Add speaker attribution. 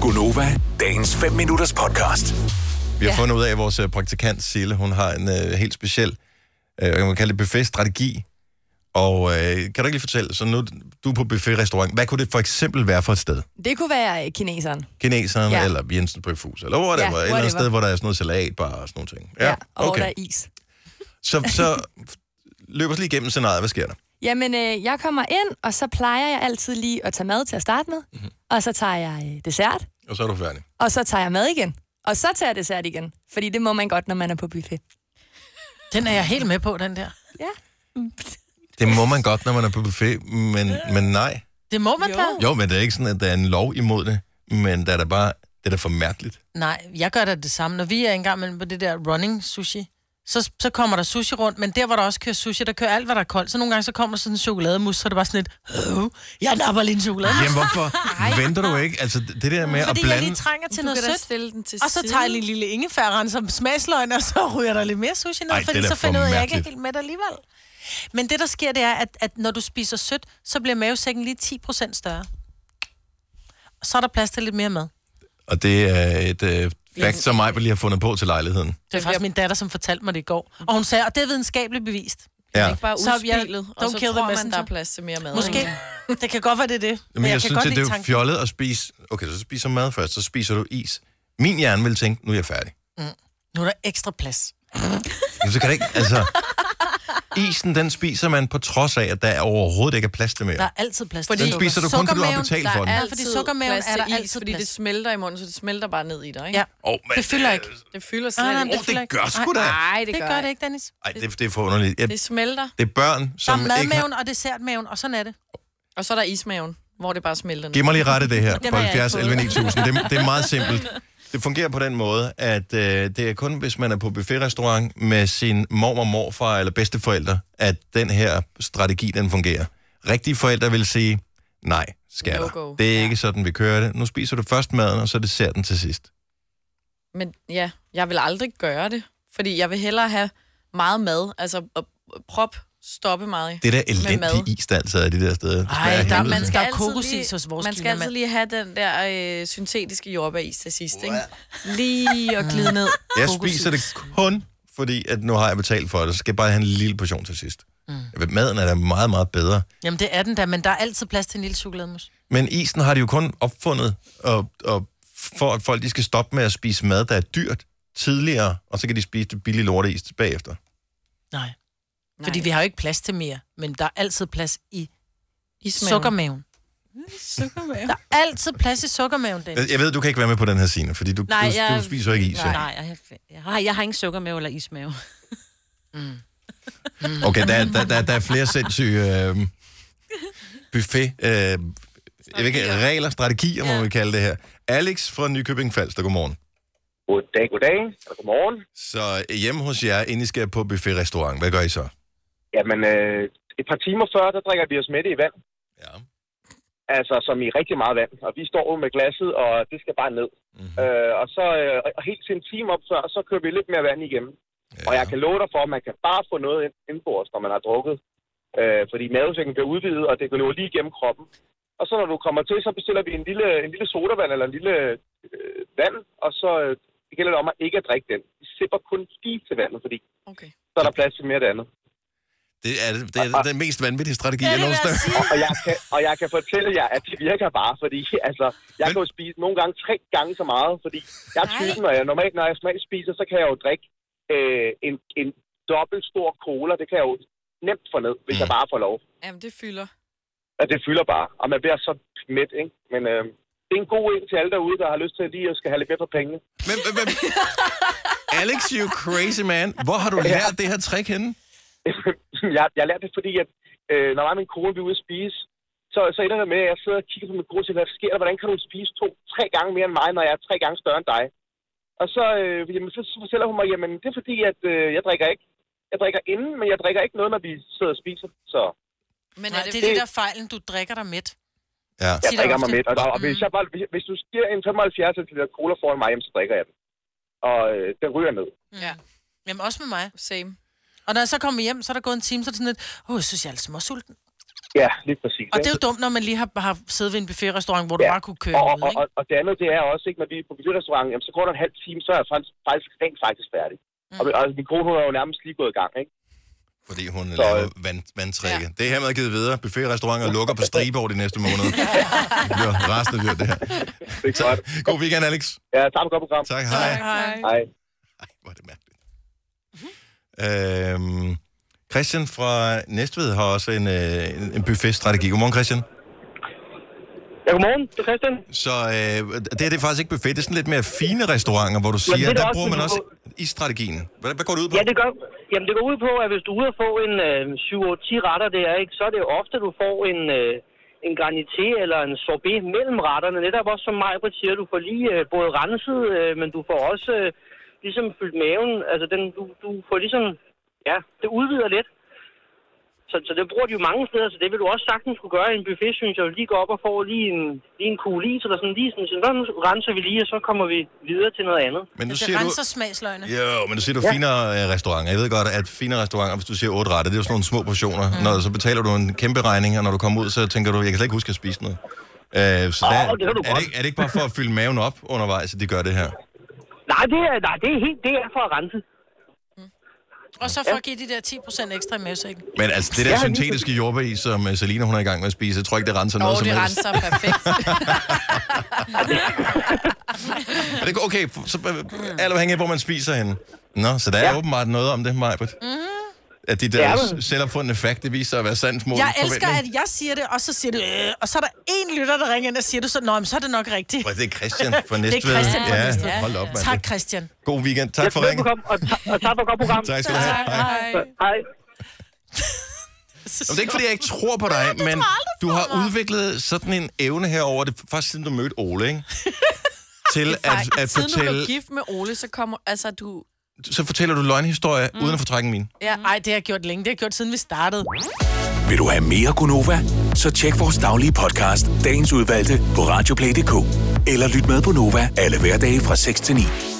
Speaker 1: Gunova, dagens 5 minutters podcast.
Speaker 2: Vi har ja. fundet ud af, at vores øh, praktikant Sille, hun har en øh, helt speciel, øh, kan man kalde det buffet-strategi. Og øh, kan du ikke lige fortælle, så nu du er på buffet-restaurant, hvad kunne det for eksempel være for et sted?
Speaker 3: Det kunne være øh, kineseren.
Speaker 2: Kineserne, ja.
Speaker 3: Ja.
Speaker 2: eller Jensen Bøfhus, eller whatever, ja, whatever. Et eller
Speaker 3: whatever.
Speaker 2: andet sted, hvor der er sådan noget salatbar og sådan nogle ting.
Speaker 3: Ja, og hvor
Speaker 2: okay.
Speaker 3: der er is.
Speaker 2: Så, så løb os lige igennem scenariet, hvad sker der?
Speaker 3: Jamen, øh, jeg kommer ind, og så plejer jeg altid lige at tage mad til at starte med. Mm-hmm. Og så tager jeg øh, dessert,
Speaker 2: Og så er du færdig.
Speaker 3: og så tager jeg mad igen. Og så tager jeg dessert igen. Fordi det må man godt, når man er på buffet.
Speaker 4: Den er jeg helt med på, den der.
Speaker 3: Ja.
Speaker 2: Det må man godt, når man er på buffet, men, men nej.
Speaker 4: Det må man
Speaker 3: Jo.
Speaker 4: da.
Speaker 2: Jo, men det er ikke sådan, at der er en lov imod det, men der er da bare, det er da for mærkeligt.
Speaker 4: Nej, jeg gør da det samme. Når vi er engang mellem på det der running sushi, så, så kommer der sushi rundt, men der, hvor der også kører sushi, der kører alt, hvad der er koldt. Så nogle gange, så kommer der sådan en chokolademus, så er det bare sådan lidt, "Åh, jeg napper lige en chokolademus.
Speaker 2: Jamen, hvorfor venter du ikke? Altså, det der med
Speaker 4: Fordi
Speaker 2: at
Speaker 4: jeg
Speaker 2: blande...
Speaker 4: lige trænger til
Speaker 5: Du
Speaker 4: noget
Speaker 5: kan da
Speaker 4: sødt.
Speaker 5: stille den til
Speaker 4: Og så
Speaker 5: side.
Speaker 4: tager jeg lige en lille ingefærren som smagsløgn, og så ryger der lidt mere sushi ned,
Speaker 2: Ej,
Speaker 4: Ej,
Speaker 2: det er
Speaker 4: fordi
Speaker 2: da
Speaker 4: så
Speaker 2: for
Speaker 4: finder jeg ud af, at jeg ikke er
Speaker 2: mærkeligt.
Speaker 4: helt med alligevel. Men det, der sker, det er, at, at når du spiser sødt, så bliver mavesækken lige 10% større. Og så er der plads til lidt mere mad.
Speaker 2: Og det er et øh, fact, som mig lige har fundet på til lejligheden.
Speaker 4: Det er faktisk min datter, som fortalte mig det i går. Og hun sagde, at det er videnskabeligt bevist.
Speaker 2: Ja.
Speaker 5: Ikke bare
Speaker 4: Så jeg-
Speaker 5: udspilet, og
Speaker 4: don't
Speaker 5: så
Speaker 4: kill the
Speaker 5: tror man,
Speaker 4: messenger.
Speaker 5: der er plads til mere mad.
Speaker 4: Måske.
Speaker 5: ikke?
Speaker 4: Det kan godt være, det er det.
Speaker 2: Men jeg, jeg
Speaker 4: kan
Speaker 2: synes, at det
Speaker 4: lide
Speaker 2: er jo
Speaker 4: tanken.
Speaker 2: fjollet at spise... Okay, så spiser du mad først, så spiser du is. Min hjerne vil tænke, nu er jeg færdig.
Speaker 4: Nu er der ekstra plads.
Speaker 2: Jamen, så kan det ikke... Altså, isen, den spiser man på trods af, at der overhovedet ikke er plads til mere.
Speaker 4: Der er altid plads
Speaker 5: Fordi-
Speaker 4: til
Speaker 2: den spiser du kun, fordi du har
Speaker 4: Sukkermaven,
Speaker 2: betalt
Speaker 5: Der
Speaker 2: for
Speaker 5: er
Speaker 2: den.
Speaker 4: Ja,
Speaker 5: altid
Speaker 4: fordi sukkermaven
Speaker 5: plads
Speaker 4: er der
Speaker 5: til is,
Speaker 4: altid
Speaker 5: fordi
Speaker 4: plads.
Speaker 5: det smelter i munden, så det smelter bare ned i dig, ikke? Ah,
Speaker 4: Ja.
Speaker 2: Åh, men,
Speaker 4: Det fylder ikke.
Speaker 5: Det fylder
Speaker 4: Nej,
Speaker 5: slet
Speaker 4: nej,
Speaker 5: ikke.
Speaker 2: Åh,
Speaker 4: det fylder
Speaker 2: det
Speaker 4: ikke.
Speaker 2: gør sgu da.
Speaker 5: Nej,
Speaker 4: Det gør det ikke, Dennis.
Speaker 2: Ej, det, det er for underligt. Jeg,
Speaker 5: Det smelter.
Speaker 2: det er børn,
Speaker 4: Der er
Speaker 2: som ikke har...
Speaker 4: madmaven og dessertmaven, og sådan er det.
Speaker 5: Og så er der ismaven, hvor det bare smelter ned.
Speaker 2: Giv mig lige rette det her
Speaker 4: Den
Speaker 2: på
Speaker 4: har jeg ikke
Speaker 2: 70 11
Speaker 4: fået.
Speaker 2: 9000. Det, det er meget simpelt. Det fungerer på den måde, at øh, det er kun, hvis man er på buffetrestaurant med sin mormor, morfar eller bedsteforældre, at den her strategi, den fungerer. Rigtige forældre vil sige, nej, skatter.
Speaker 5: No-go."
Speaker 2: det er
Speaker 5: Ja.
Speaker 2: ikke sådan, vi kører det. Nu spiser du først maden, og så desserten til sidst.
Speaker 5: Men ja, jeg vil aldrig gøre det, fordi jeg vil hellere have meget mad, altså og- og prop, stoppe meget.
Speaker 2: Det der
Speaker 5: Med mad.
Speaker 2: elendige is, der altid er i de der steder. Det smager
Speaker 4: Ej,
Speaker 2: af
Speaker 4: der er
Speaker 2: helvede
Speaker 4: man
Speaker 2: til.
Speaker 4: skal-
Speaker 5: altid
Speaker 4: kokosis
Speaker 5: lige-
Speaker 4: hos vores
Speaker 5: Man skal
Speaker 4: klimamand.
Speaker 5: altid lige have den der øh, syntetiske jordbæris til sidst, ikke? Lige at glide ned.
Speaker 2: Jeg spiser det kun, fordi at nu har jeg betalt for det, så skal jeg bare have en lille portion til sidst. Mm. Maden er da meget, meget bedre.
Speaker 4: Jamen, det er den der, men der er altid plads til en lille chokolademus.
Speaker 2: Men isen har de jo kun opfundet, og, og for at folk de skal stoppe med at spise mad, der er dyrt tidligere, og så kan de spise det billige lorteis bagefter.
Speaker 4: Nej. Fordi vi har jo ikke plads til mere, men der er altid plads i
Speaker 5: Ismaven.
Speaker 4: sukkermaven.
Speaker 5: Sukkermave.
Speaker 4: Der er altid plads i sukkermaven, Dennis.
Speaker 2: Jeg ved, du kan ikke være med på den her scene, fordi du, nej, du, du jeg... spiser jo ikke is.
Speaker 6: Nej,
Speaker 2: Nej.
Speaker 6: nej jeg, jeg, har, jeg har ingen sukkermave eller ismave.
Speaker 2: Mm. Okay, der, er- der, der, der er flere sindssyge øh, buffet... Øh, jeg ved ikke, regler, strategier, må
Speaker 6: Ja.
Speaker 2: vi kalde det her. Alex fra Nykøbing Falster, godmorgen.
Speaker 7: Goddag, goddag, og godmorgen.
Speaker 2: Så hjemme hos jer, inden I skal på buffet-restaurant, hvad gør I så?
Speaker 7: Jamen, øh, et par timer før, der drikker vi os med det i vand.
Speaker 2: Ja.
Speaker 7: Altså, som i rigtig meget vand. Og vi står jo med glasset, og det skal bare ned.
Speaker 2: Mhm.
Speaker 7: Mm-hmm. Øh, og så øh, og helt til en time op før, så kører vi lidt mere vand igennem. Ja. Og jeg kan love dig for, at man kan bare få noget ind- indbords, når man har drukket. Øh, fordi mavesækken bliver udvidet, og det går løbe lige igennem kroppen. Og så når du kommer til, så bestiller vi en lille, en lille sodavand eller en lille øh, vand, og så øh, det gælder det om at ikke at drikke den. Vi sipper kun lige til vandet, fordi
Speaker 2: Ah.
Speaker 5: Okay.
Speaker 7: så er der plads til mere af det andet.
Speaker 2: Det er, det er den mest vanvittige strategi, jeg nogensinde
Speaker 7: Og, og, jeg kan, og jeg kan fortælle jer, at det virker bare, fordi altså, jeg
Speaker 2: Men-
Speaker 7: kan jo spise nogle gange tre gange så meget, fordi jeg er typen, og jeg, normalt, når jeg smagspiser, så kan jeg jo drikke øh, en, en dobbelt stor cola. Det kan jeg jo nemt få ned, hvis
Speaker 2: Mm.
Speaker 7: mm. jeg bare får lov.
Speaker 5: Jamen, det fylder.
Speaker 7: Og det fylder bare, og man bliver så mæt, ikke? Men øh, det er en god en til alle derude, der har lyst til lige at skal have lidt mere for pengene.
Speaker 2: Men, men, men, Alex, you crazy man. Hvor har du lært det her trick henne?
Speaker 7: jeg, jeg lærte det, fordi at, øh, når mig og min kone vi er ude at spise, så, så ender det med, at jeg sidder og kigger på min kone og siger, hvad sker der? Hvordan kan du spise to, tre gange mere end mig, når jeg er tre gange større end dig? Og så, øh, jamen, så, så fortæller hun mig, jamen det er fordi, at øh, jeg drikker ikke. Jeg drikker inden, men jeg drikker ikke noget, når vi sidder og spiser. Så
Speaker 5: Men
Speaker 4: Nej,
Speaker 5: er det,
Speaker 4: det er det der fejlen, du drikker dig midt.
Speaker 2: Ja.
Speaker 7: jeg
Speaker 4: Tit og
Speaker 7: drikker mig
Speaker 4: ofte.
Speaker 7: midt. Og, der, og hvis,
Speaker 4: Mm.
Speaker 7: jeg bare, hvis, hvis du giver en 75 liter cola foran mig, jamen, så drikker jeg den. Og øh, den ryger ned.
Speaker 5: Ja,
Speaker 4: Jamen, også med mig.
Speaker 5: same.
Speaker 4: Og når jeg så kommer hjem, så er der gået en time, så er det sådan lidt, åh, oh, jeg synes, jeg er lidt småsulten.
Speaker 7: Ja, lige præcis.
Speaker 4: Og det
Speaker 7: ikke?
Speaker 4: er jo dumt, når man lige har, har siddet ved en buffetrestaurant, hvor du
Speaker 7: Ja.
Speaker 4: bare kunne køre
Speaker 7: og,
Speaker 4: ud,
Speaker 7: og,
Speaker 4: Øh, ikke?
Speaker 7: og, og det andet, det er også, ikke, når vi er på buffetrestaurant, jamen, så går der en halv time, så er jeg faktisk, faktisk rent faktisk færdig. Mm. Og, og, min kone, hun er jo nærmest lige gået i gang, ikke?
Speaker 2: fordi hun
Speaker 7: Så,
Speaker 2: laver vand, vandtrække. Ja. Det er hermed givet videre. Buffetrestauranter lukker på stribe over de næste måneder. det bliver rasende dyrt, det her.
Speaker 7: Det er godt.
Speaker 2: God weekend, Alex.
Speaker 7: Ja, tak for godt program.
Speaker 2: Tak, hej.
Speaker 4: Hej.
Speaker 7: Hej.
Speaker 2: Ej, hvor er det mærkeligt. Øhm, Christian fra Næstved har også en, øh, en- en buffetstrategi. Godmorgen, Christian.
Speaker 7: Ja, godmorgen. Det er Christian.
Speaker 2: Så øh, det, her, det er faktisk ikke buffet, det er sådan lidt mere fine restauranter, hvor du
Speaker 7: det
Speaker 2: siger,
Speaker 7: er
Speaker 2: at der
Speaker 7: også,
Speaker 2: bruger man
Speaker 7: men du-
Speaker 2: også i strategien. Hvad, hvad går det ud på?
Speaker 7: Ja, det gør, jamen, det går ud på, at hvis du er ude og få en øh, 7-10 retter der, ikke, så er det jo ofte, du får en, øh, en granité eller en sorbet mellem retterne. Netop også som mig, siger, du får lige øh, både renset, øh, men du får også øh, ligesom fyldt maven. Altså, den, du, du får ligesom, ja, det udvider lidt. Så, så det bruger de jo mange steder, så det vil du også sagtens kunne gøre i en buffet, synes jeg. Lige gå op og få lige en, lige en kugle is, eller sådan lige sådan, sådan, nu renser vi lige, og så kommer vi videre til noget andet.
Speaker 2: Men nu
Speaker 4: Altså,
Speaker 2: siger du...
Speaker 4: renser smagsløgene.
Speaker 2: Jo, men du siger, du er finere øh, restauranter. Jeg ved godt, at finere restauranter, hvis du siger otte retter, det er jo sådan nogle små portioner. Mm. Når, så betaler du en kæmpe regning, og når du kommer ud, så tænker du, jeg kan slet ikke huske at spise noget. Øh, så
Speaker 7: Åh,
Speaker 2: der, er,
Speaker 7: det kan du
Speaker 2: det,
Speaker 7: godt.
Speaker 2: ikke- er det ikke bare for at fylde maven op undervejs, at de gør det her?
Speaker 7: Nej, det er, nej, det er helt det er for at rense.
Speaker 4: Og så for at give de der 10% ekstra i mavesækken.
Speaker 2: Men altså, det der syntetiske jordbær, som øh, Selina hun er i gang med at spise, jeg tror ikke, det renser noget
Speaker 5: Og
Speaker 2: som
Speaker 5: det
Speaker 2: helst.
Speaker 5: renser perfekt.
Speaker 2: Er det okay? f- Så, øh, alt afhængig af, hvor man spiser henne. Nå, så der er ja. åbenbart noget om det, Majbert. Mm. At de der
Speaker 7: Ja,
Speaker 2: ja,
Speaker 7: men-
Speaker 2: selvopfundne fakt, det viser sig at være sandt mod
Speaker 4: Jeg elsker,
Speaker 2: forventning.
Speaker 4: at jeg siger det, og så siger det, øh, og så er der en lytter, der ringer ind og siger du, så, Nå, men så er det nok rigtigt.
Speaker 2: Hvor er det er Christian fra Næstved.
Speaker 4: Christian fra
Speaker 2: ja,
Speaker 4: Næstved.
Speaker 2: hold op, mand.
Speaker 4: Tak, Christian.
Speaker 2: God weekend. Tak for ringen.
Speaker 7: Velbekomme, og, ta- og tak for et godt program.
Speaker 2: Tak skal du have. Hej.
Speaker 7: Hej.
Speaker 2: Jamen, det er ikke, fordi jeg ikke tror på dig, men du har udviklet sådan en evne herover det er faktisk siden du mødte Ole, ikke? Til at, at
Speaker 5: Siden du blev
Speaker 2: fortælle,
Speaker 5: gift med Ole, så kommer... Altså, du...
Speaker 2: så fortæller du løgnhistorier, mm. uden at fortrække min.
Speaker 5: Ja,
Speaker 4: Nej, det har jeg gjort længe. Det har jeg gjort, siden vi startede.
Speaker 1: Vil du have mere Gunova? Så tjek vores daglige podcast, dagens udvalgte, på radioplay.dk. Eller lyt med på Nova alle hverdage fra 6 til 9.